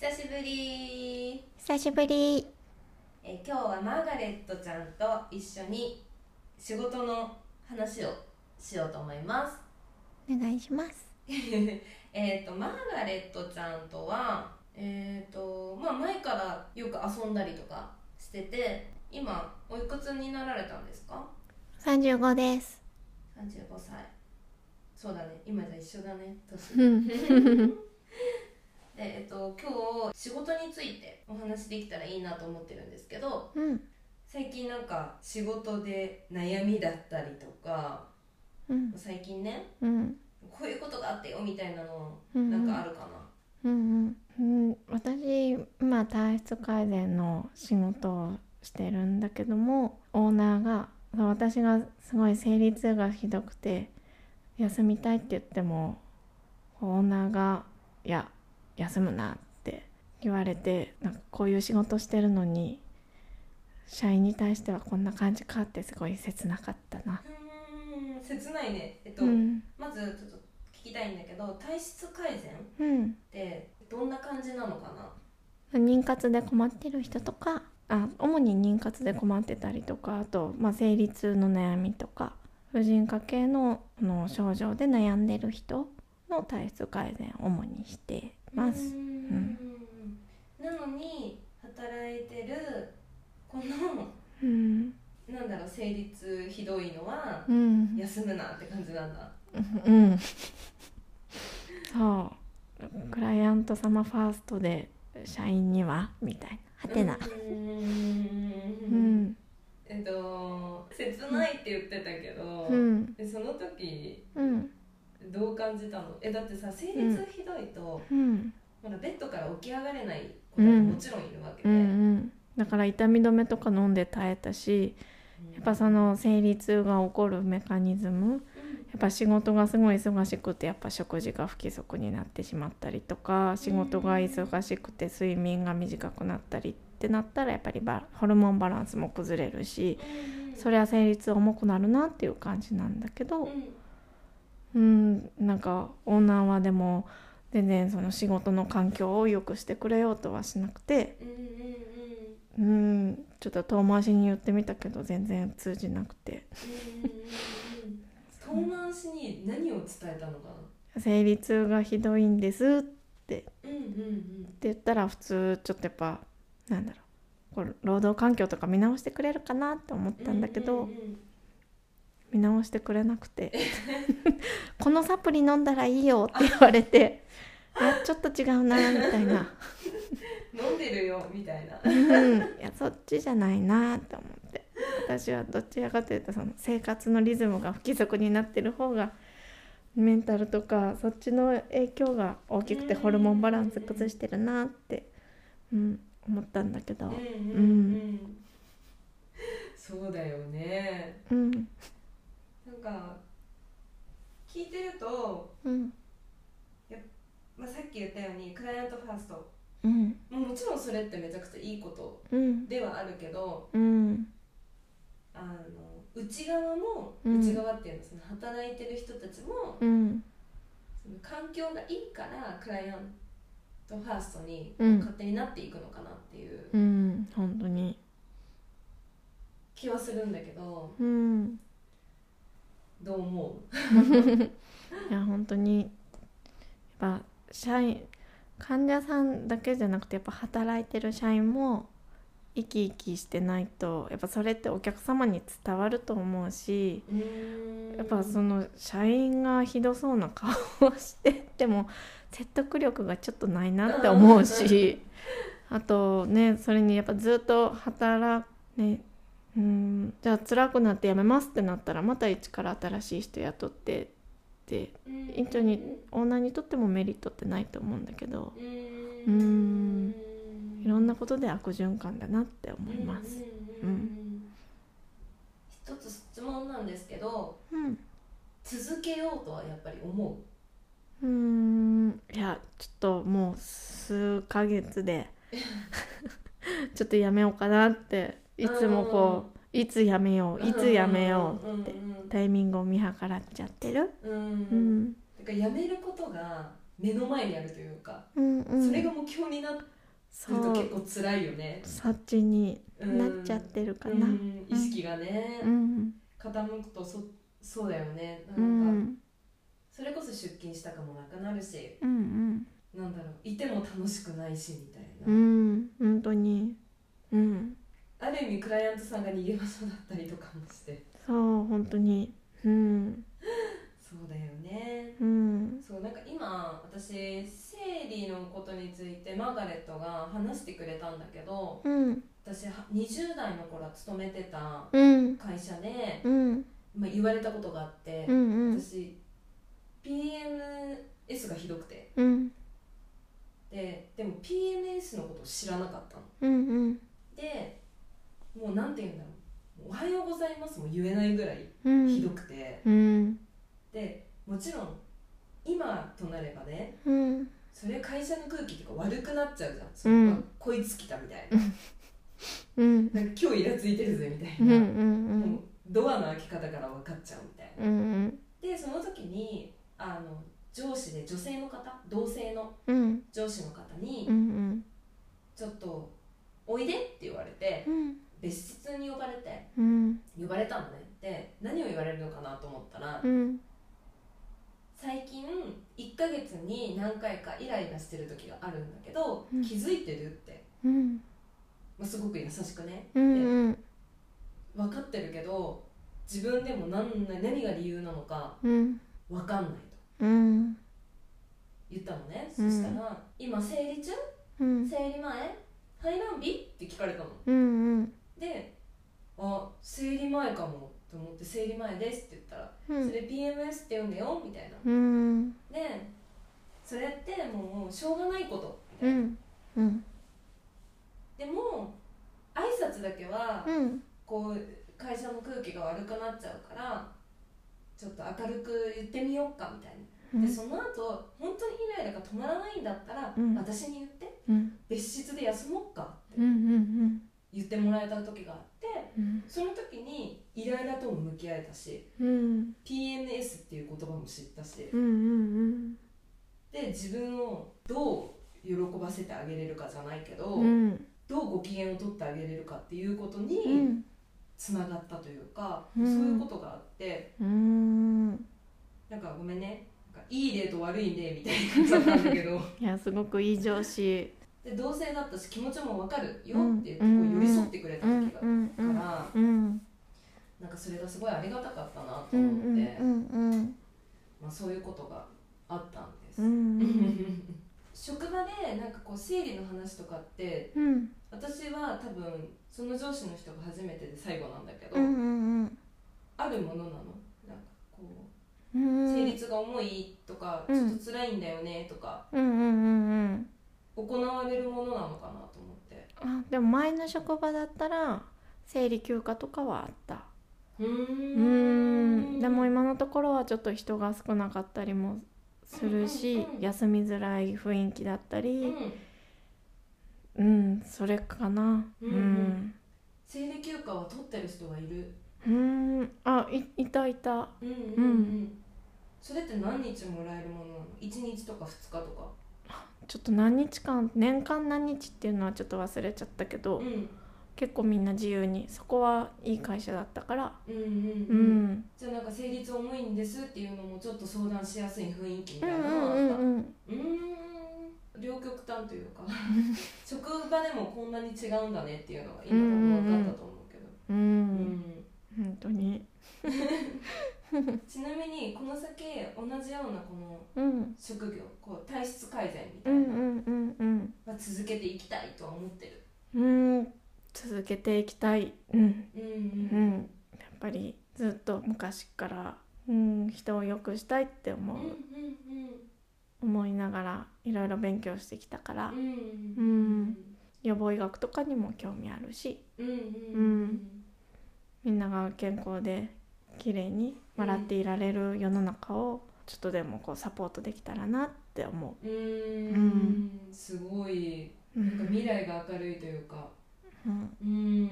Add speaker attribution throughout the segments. Speaker 1: 久しぶり
Speaker 2: 久しぶり
Speaker 1: えー今日はマーガレットちゃんと一緒に仕事の話をしようと思います
Speaker 2: お願いします
Speaker 1: えっとマーガレットちゃんとはえっ、とまあ前からよく遊んだりとかしてて今おいくつになられたんですか
Speaker 2: 35です
Speaker 1: 35歳そうだね今じゃ一緒だね年
Speaker 2: うん
Speaker 1: でえっと今日仕事についてお話できたらいいなと思ってるんですけど
Speaker 2: うん
Speaker 1: 最近なんか仕事で悩みだったりとか
Speaker 2: うん
Speaker 1: 最近ね
Speaker 2: うん
Speaker 1: こういうことがあってよみたいなの
Speaker 2: うん
Speaker 1: なんかあるかな、
Speaker 2: うんうんうん私今体質改善の仕事をしてるんだけどもオーナーが私がすごい生理痛がひどくて休みたいって言ってもオーナーが「いや休むな」って言われてなんかこういう仕事してるのに社員に対してはこんな感じかってすごい切なかったな。
Speaker 1: うーん切ないねえっと、
Speaker 2: うん、
Speaker 1: まずちょっと聞きたいんだけど体質改善っ
Speaker 2: うん
Speaker 1: てどんな感じなのかな
Speaker 2: 妊活で困ってる人とかあ主に妊活で困ってたりとかあと、まあ、生理痛の悩みとか婦人科系のあの症状で悩んでる人の体質改善を主にして
Speaker 1: う
Speaker 2: ま
Speaker 1: ー
Speaker 2: す。
Speaker 1: んなのに働いてるこの
Speaker 2: うん、
Speaker 1: なんだろう生理痛ひどいのは
Speaker 2: うん、
Speaker 1: 休むなって感じなんだ
Speaker 2: うん、そうクライアント様ファーストで社員にはみたいなはてな
Speaker 1: う。ー
Speaker 2: うんん、
Speaker 1: えっと切ないって言ってたけど、
Speaker 2: うん、
Speaker 1: えその時
Speaker 2: うん、
Speaker 1: どう感じたのえだってさ生理痛ひどいと、
Speaker 2: うん、
Speaker 1: まだベッドから起き上がれない子だってもちろんいるわけで、
Speaker 2: うん、うん、だから痛み止めとか飲んで耐えたし。やっぱその生理痛が起こるメカニズムやっぱ仕事がすごい忙しくてやっぱ食事が不規則になってしまったりとか仕事が忙しくて睡眠が短くなったりってなったらやっぱりバホルモンバランスも崩れるしそ
Speaker 1: れ
Speaker 2: れは生理痛重くなるなっていう感じなんだけ
Speaker 1: う
Speaker 2: ど
Speaker 1: ん
Speaker 2: うんなんかオーナーはでも全然その仕事の環境を良くしてくれようとはしなくて
Speaker 1: うんうんうん
Speaker 2: うんちょっと遠回しに言ってみたけど全然通じなくて。
Speaker 1: うんうんうん遠回しに何を伝えたのかな
Speaker 2: 生理痛がひどいんですって
Speaker 1: うんうんうん
Speaker 2: 言ったら普通ちょっとやっぱなんだろうこう労働環境とか見直してくれるかなって思ったんだけ
Speaker 1: うん
Speaker 2: ど、
Speaker 1: うんうん
Speaker 2: 見直してくれなくて このサプリ飲んだらいいよって言われていやちょっと違うなみたいな、
Speaker 1: 飲んでるよみたいな
Speaker 2: うん、いやそっちじゃないなって思って私はどちらかというとその生活のリズムが不規則になってる方がメンタルとかそっちの影響が大きくてホルモンバランス崩してるなって、うん、思ったんだけ
Speaker 1: う
Speaker 2: ど
Speaker 1: ん、うんうんそうだよね
Speaker 2: うん
Speaker 1: なんか聞いてると、
Speaker 2: うん
Speaker 1: まあ、さっき言ったようにクライアントファースト
Speaker 2: うん
Speaker 1: もうもちろんそれってめちゃくちゃいいこと
Speaker 2: うん
Speaker 1: ではあるけど
Speaker 2: うん
Speaker 1: あの内側も、
Speaker 2: うん
Speaker 1: 内側っていうのはその働いてる人たちも
Speaker 2: うん
Speaker 1: その環境がいいからクライアントファーストに
Speaker 2: うん
Speaker 1: 勝手になっていくのかなっていう
Speaker 2: うん本当に
Speaker 1: 気はするんだけど
Speaker 2: うん
Speaker 1: どう思
Speaker 2: いや本当にやっぱ社員患者さんだけじゃなくてやっぱ働いてる社員も生き生きしてないとやっぱそれってお客様に伝わると思うし
Speaker 1: ううーん
Speaker 2: やっぱその社員がひどそうな顔をしてても説得力がちょっとないなって思うしあとねそれにやっぱずっと働くねうんじゃあ辛くなって辞めますってなったらまた一から新しい人雇ってって
Speaker 1: うん
Speaker 2: 院長にオーナーにとってもメリットってないと思うんだけど
Speaker 1: うーん
Speaker 2: うーんいろんなことで悪循環だなって思います。
Speaker 1: うんうんうんうん一つ質問なんですけど
Speaker 2: うん、
Speaker 1: 続けようとはやっぱり思
Speaker 2: うーんいやちょっともう数ヶ月で ちょっとやめようかなっていつもこういつやめよ
Speaker 1: う
Speaker 2: ういつやめようって
Speaker 1: う
Speaker 2: タイミングを見計らっちゃってる、
Speaker 1: んうんうん
Speaker 2: う
Speaker 1: うん
Speaker 2: ん、
Speaker 1: だからやめることが目の前にあるというか、
Speaker 2: うんうん
Speaker 1: それが目標になって
Speaker 2: そ
Speaker 1: ると結
Speaker 2: う
Speaker 1: 構辛いよね
Speaker 2: そっちに
Speaker 1: うん
Speaker 2: なっちゃってるかな
Speaker 1: うん意識がね、
Speaker 2: うん
Speaker 1: 傾くとそそうだよねなん
Speaker 2: う
Speaker 1: か、
Speaker 2: ん
Speaker 1: それこそ出勤したかもなくなるし
Speaker 2: うん
Speaker 1: なんだろういても楽しくないしみたいな、
Speaker 2: うん本当にうん
Speaker 1: ある意味クライアントさんが逃げ場所だったりとかもして
Speaker 2: そう本当にうん
Speaker 1: そうだよね
Speaker 2: うん
Speaker 1: そうなんか今私生理のことについてマーガレットが話してくれたんだけど
Speaker 2: うん
Speaker 1: 私は20代の頃は勤めてた
Speaker 2: うん
Speaker 1: 会社で、
Speaker 2: うん
Speaker 1: まあ、言われたことがあって
Speaker 2: う、ん
Speaker 1: 私 PMS がひどくて
Speaker 2: うん
Speaker 1: ででも PMS のことを知らなかったの
Speaker 2: うんうん
Speaker 1: でもうなんて言うんだろう「おはようございます」も言えないぐらい
Speaker 2: うん
Speaker 1: ひどくて、
Speaker 2: うん
Speaker 1: でもちろん今となればね
Speaker 2: うん
Speaker 1: それ会社の空気とか悪くなっちゃうじゃんそれは
Speaker 2: うん
Speaker 1: こいつ来たみたいな
Speaker 2: うん
Speaker 1: なんか今日イラついてるぜみた
Speaker 2: う
Speaker 1: い
Speaker 2: んう
Speaker 1: な、もうんドアの開き方から分かっちゃうみたいな
Speaker 2: うん
Speaker 1: でその時にあの上司で女性の方同性の
Speaker 2: うん
Speaker 1: 上司の方に
Speaker 2: うん
Speaker 1: 「ちょっとおいで」って言われて
Speaker 2: うん
Speaker 1: 別室に呼ばれて
Speaker 2: うん
Speaker 1: 呼ばれたのねで何を言われるのかなと思ったら、
Speaker 2: うん
Speaker 1: 最近1ヶ月に何回かイライラしてる時があるんだけど、
Speaker 2: うん
Speaker 1: 気づいてるって、
Speaker 2: うん
Speaker 1: まあ、すごく優しくね
Speaker 2: うん
Speaker 1: 分かってるけど自分でも何な何が理由なのか
Speaker 2: うん
Speaker 1: 分かんないと
Speaker 2: うん
Speaker 1: 言ったのね、
Speaker 2: う
Speaker 1: そ
Speaker 2: ん
Speaker 1: したら「今生理中
Speaker 2: うん
Speaker 1: 生理前排卵日?」って聞かれたの
Speaker 2: うん
Speaker 1: で「あ生理前かも」と思って「生理前です」って言ったら「
Speaker 2: うん
Speaker 1: それ PMS って言うんだよ」みたいな
Speaker 2: うん
Speaker 1: でそれってもうしょうがないことみた
Speaker 2: う
Speaker 1: いな、
Speaker 2: んうん
Speaker 1: でも挨拶だけは
Speaker 2: うん
Speaker 1: こう会社の空気が悪くなっちゃうからちょっと明るく言ってみようかみたいな、でその後本当にイライラが止まらないんだったら、
Speaker 2: うん
Speaker 1: 私に言って
Speaker 2: うん
Speaker 1: 別室で休もうかっ
Speaker 2: う
Speaker 1: て
Speaker 2: んうん
Speaker 1: 言ってもらえた時があって
Speaker 2: うん
Speaker 1: その時にイライラとも向き合えたし
Speaker 2: うん
Speaker 1: PNS っていう言葉も知ったし
Speaker 2: うんうん
Speaker 1: で自分をどう喜ばせてあげれるかじゃないけど、
Speaker 2: うん
Speaker 1: どうご機嫌を取ってあげれるかっていうことに
Speaker 2: うん
Speaker 1: つながったというか、
Speaker 2: うん
Speaker 1: そういうことがあって
Speaker 2: うん
Speaker 1: なんかごめんねなんかいい例と悪い例みたいになっちゃったんだけど
Speaker 2: いやすごくいい上司
Speaker 1: で同性だったし気持ちもわかるよ
Speaker 2: うん
Speaker 1: って言ってこう寄り添ってくれた
Speaker 2: う
Speaker 1: 時
Speaker 2: ん
Speaker 1: が
Speaker 2: う
Speaker 1: あっ
Speaker 2: んう
Speaker 1: たか
Speaker 2: ん
Speaker 1: ら
Speaker 2: うん
Speaker 1: なんかそれがすごいありがたかったなと
Speaker 2: う
Speaker 1: 思って、
Speaker 2: んうんうん
Speaker 1: まあ、そういうことがあったんです。
Speaker 2: うん
Speaker 1: 職場でなんかこう生理の話とかって
Speaker 2: うん
Speaker 1: 私は多分その上司の人が初めてで最後なんだけど、
Speaker 2: うんうん
Speaker 1: あるものなのなんかこう
Speaker 2: うん
Speaker 1: 生理痛が重いとか、
Speaker 2: うん
Speaker 1: ちょっと辛いんだよねとか
Speaker 2: うんうんうんうん
Speaker 1: 行われるものなのかなと思って
Speaker 2: あでも前の職場だったら生理休暇とかはあった
Speaker 1: う
Speaker 2: う
Speaker 1: ー
Speaker 2: ーんでも
Speaker 1: うん
Speaker 2: 今のところはちょっと人が少なかったりもするし、
Speaker 1: うんうんうん
Speaker 2: 休みづらい雰囲気だったりうん、それかなう
Speaker 1: うんん生理休暇は取ってる人がいる
Speaker 2: うんあいいたいた
Speaker 1: うんうん
Speaker 2: うん
Speaker 1: それって何日もらえるものなの1日とか2日とか
Speaker 2: ちょっと何日間年間何日っていうのはちょっと忘れちゃったけど、
Speaker 1: うんうん
Speaker 2: 結構みんな自由にそこはいい会社だったから
Speaker 1: うん
Speaker 2: う、
Speaker 1: うんんじゃあなんか生理痛重いんですっていうのもちょっと相談しやすい雰囲気み
Speaker 2: う
Speaker 1: たい
Speaker 2: ん
Speaker 1: な
Speaker 2: う
Speaker 1: のは
Speaker 2: んう
Speaker 1: あった
Speaker 2: んうん
Speaker 1: うーん両極端という か職場でもこんなに違うんだねっていうのが今でも分かったと思うけど、
Speaker 2: う
Speaker 1: うん
Speaker 2: ん本当に
Speaker 1: ちなみにこの先同じようなこの
Speaker 2: うん
Speaker 1: 職業こう体質改善み
Speaker 2: う
Speaker 1: たい
Speaker 2: ん
Speaker 1: な
Speaker 2: うんうんうん
Speaker 1: のは続けていきたいとは思ってる、
Speaker 2: うん続けていきたいうん
Speaker 1: うんう
Speaker 2: うんんやっぱりずっと昔から、うん、人を良くしたいって思
Speaker 1: う
Speaker 2: う、
Speaker 1: んうん
Speaker 2: 思いながらいろいろ勉強してきたか
Speaker 1: う
Speaker 2: ら
Speaker 1: んうん
Speaker 2: うん予防医学とかにも興味あるし
Speaker 1: うんうん
Speaker 2: うんみんなが健康で綺麗に笑っていられる世の中をちょっとでもこうサポートできたらなって思。
Speaker 1: うんうんすごいう
Speaker 2: う
Speaker 1: なんか未
Speaker 2: ん
Speaker 1: 来が明るいというか
Speaker 2: うん
Speaker 1: うん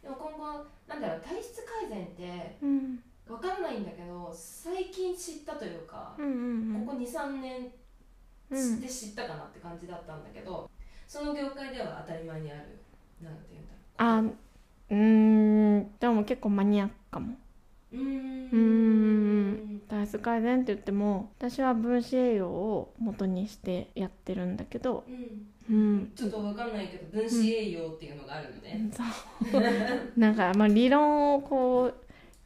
Speaker 1: でも今後なんだろう体質改善って
Speaker 2: うん
Speaker 1: わからないんだけど最近知ったというか
Speaker 2: う、ん
Speaker 1: ここ23年
Speaker 2: う
Speaker 1: 知っ
Speaker 2: ん
Speaker 1: て知ったかなって感じだったんだけど、その業界では当たり前にあるなんて言うんだろう
Speaker 2: あうーんでも結構マニアックかも
Speaker 1: うーん
Speaker 2: うーん体質改善って言っても私は分子栄養を元にしてやってるんだけど
Speaker 1: うん
Speaker 2: うん
Speaker 1: ちょっとわかんないけど分子栄養っていうのがあるのね、
Speaker 2: そうなんかまあ理論をこう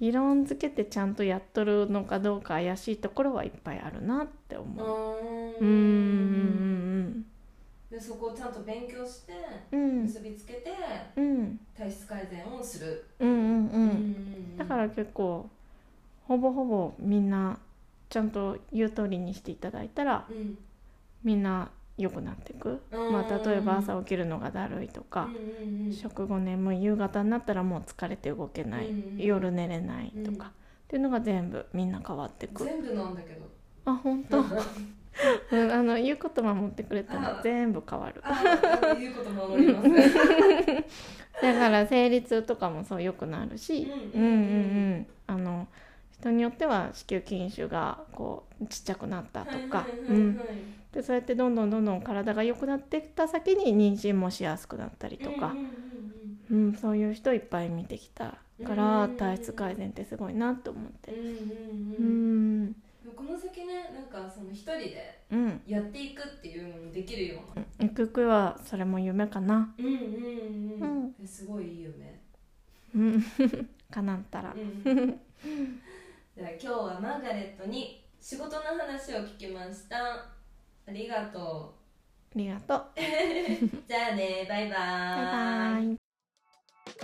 Speaker 2: 理論付けてちゃんとやっとるのかどうか怪しいところはいっぱいあるなって
Speaker 1: う
Speaker 2: 思う
Speaker 1: ー
Speaker 2: うんうん
Speaker 1: でそこをちゃんと勉強して
Speaker 2: うんうん
Speaker 1: 結びつけて
Speaker 2: うん
Speaker 1: 体質改善をする、
Speaker 2: うんうんう
Speaker 1: うん
Speaker 2: だから結構ほぼほぼみんなちゃんと言う通りにしていただいたら
Speaker 1: うん
Speaker 2: みんな良くなっていく、まあ、例えば朝起きるのがだるいとか、
Speaker 1: うんうんうん
Speaker 2: 食後眠い夕方になったらもう疲れて動けない、
Speaker 1: うんうん
Speaker 2: 夜寝れないと
Speaker 1: うん
Speaker 2: か、っていうのが全部みんな変わってく
Speaker 1: 全部なんだけど
Speaker 2: あ本当うんあの言うこと守ってくれたら
Speaker 1: あ
Speaker 2: 全部変わる
Speaker 1: あー言うこと守りますうんうん
Speaker 2: だから生理痛とかもそう良くなるし
Speaker 1: うん う
Speaker 2: う
Speaker 1: んんうんん
Speaker 2: ううんあの人によっては子宮筋腫がこうちっちゃくなったとか、
Speaker 1: はいはいはいはい
Speaker 2: うん、でそうやってどんどんどんどん体が良くなってきた先に妊娠もしやすくなったりとか
Speaker 1: うん、うんうん
Speaker 2: うんそういう人いっぱい見てきたか
Speaker 1: う
Speaker 2: ら
Speaker 1: ん
Speaker 2: 体質改善ってすごいなと思って
Speaker 1: うんうんうん
Speaker 2: う
Speaker 1: うん
Speaker 2: ん
Speaker 1: でもこの先ねなんかその一人で
Speaker 2: うん
Speaker 1: やっていくっていうのもできるような
Speaker 2: ゆくゆくはそれも夢かな
Speaker 1: うんうんう
Speaker 2: うん
Speaker 1: んですごいいいよね
Speaker 2: うん叶ったら
Speaker 1: うん じゃあ今日はマーガレットに仕事の話を聞きましたありがと
Speaker 2: ありがとう
Speaker 1: うじゃあねバイバ
Speaker 2: バイバイ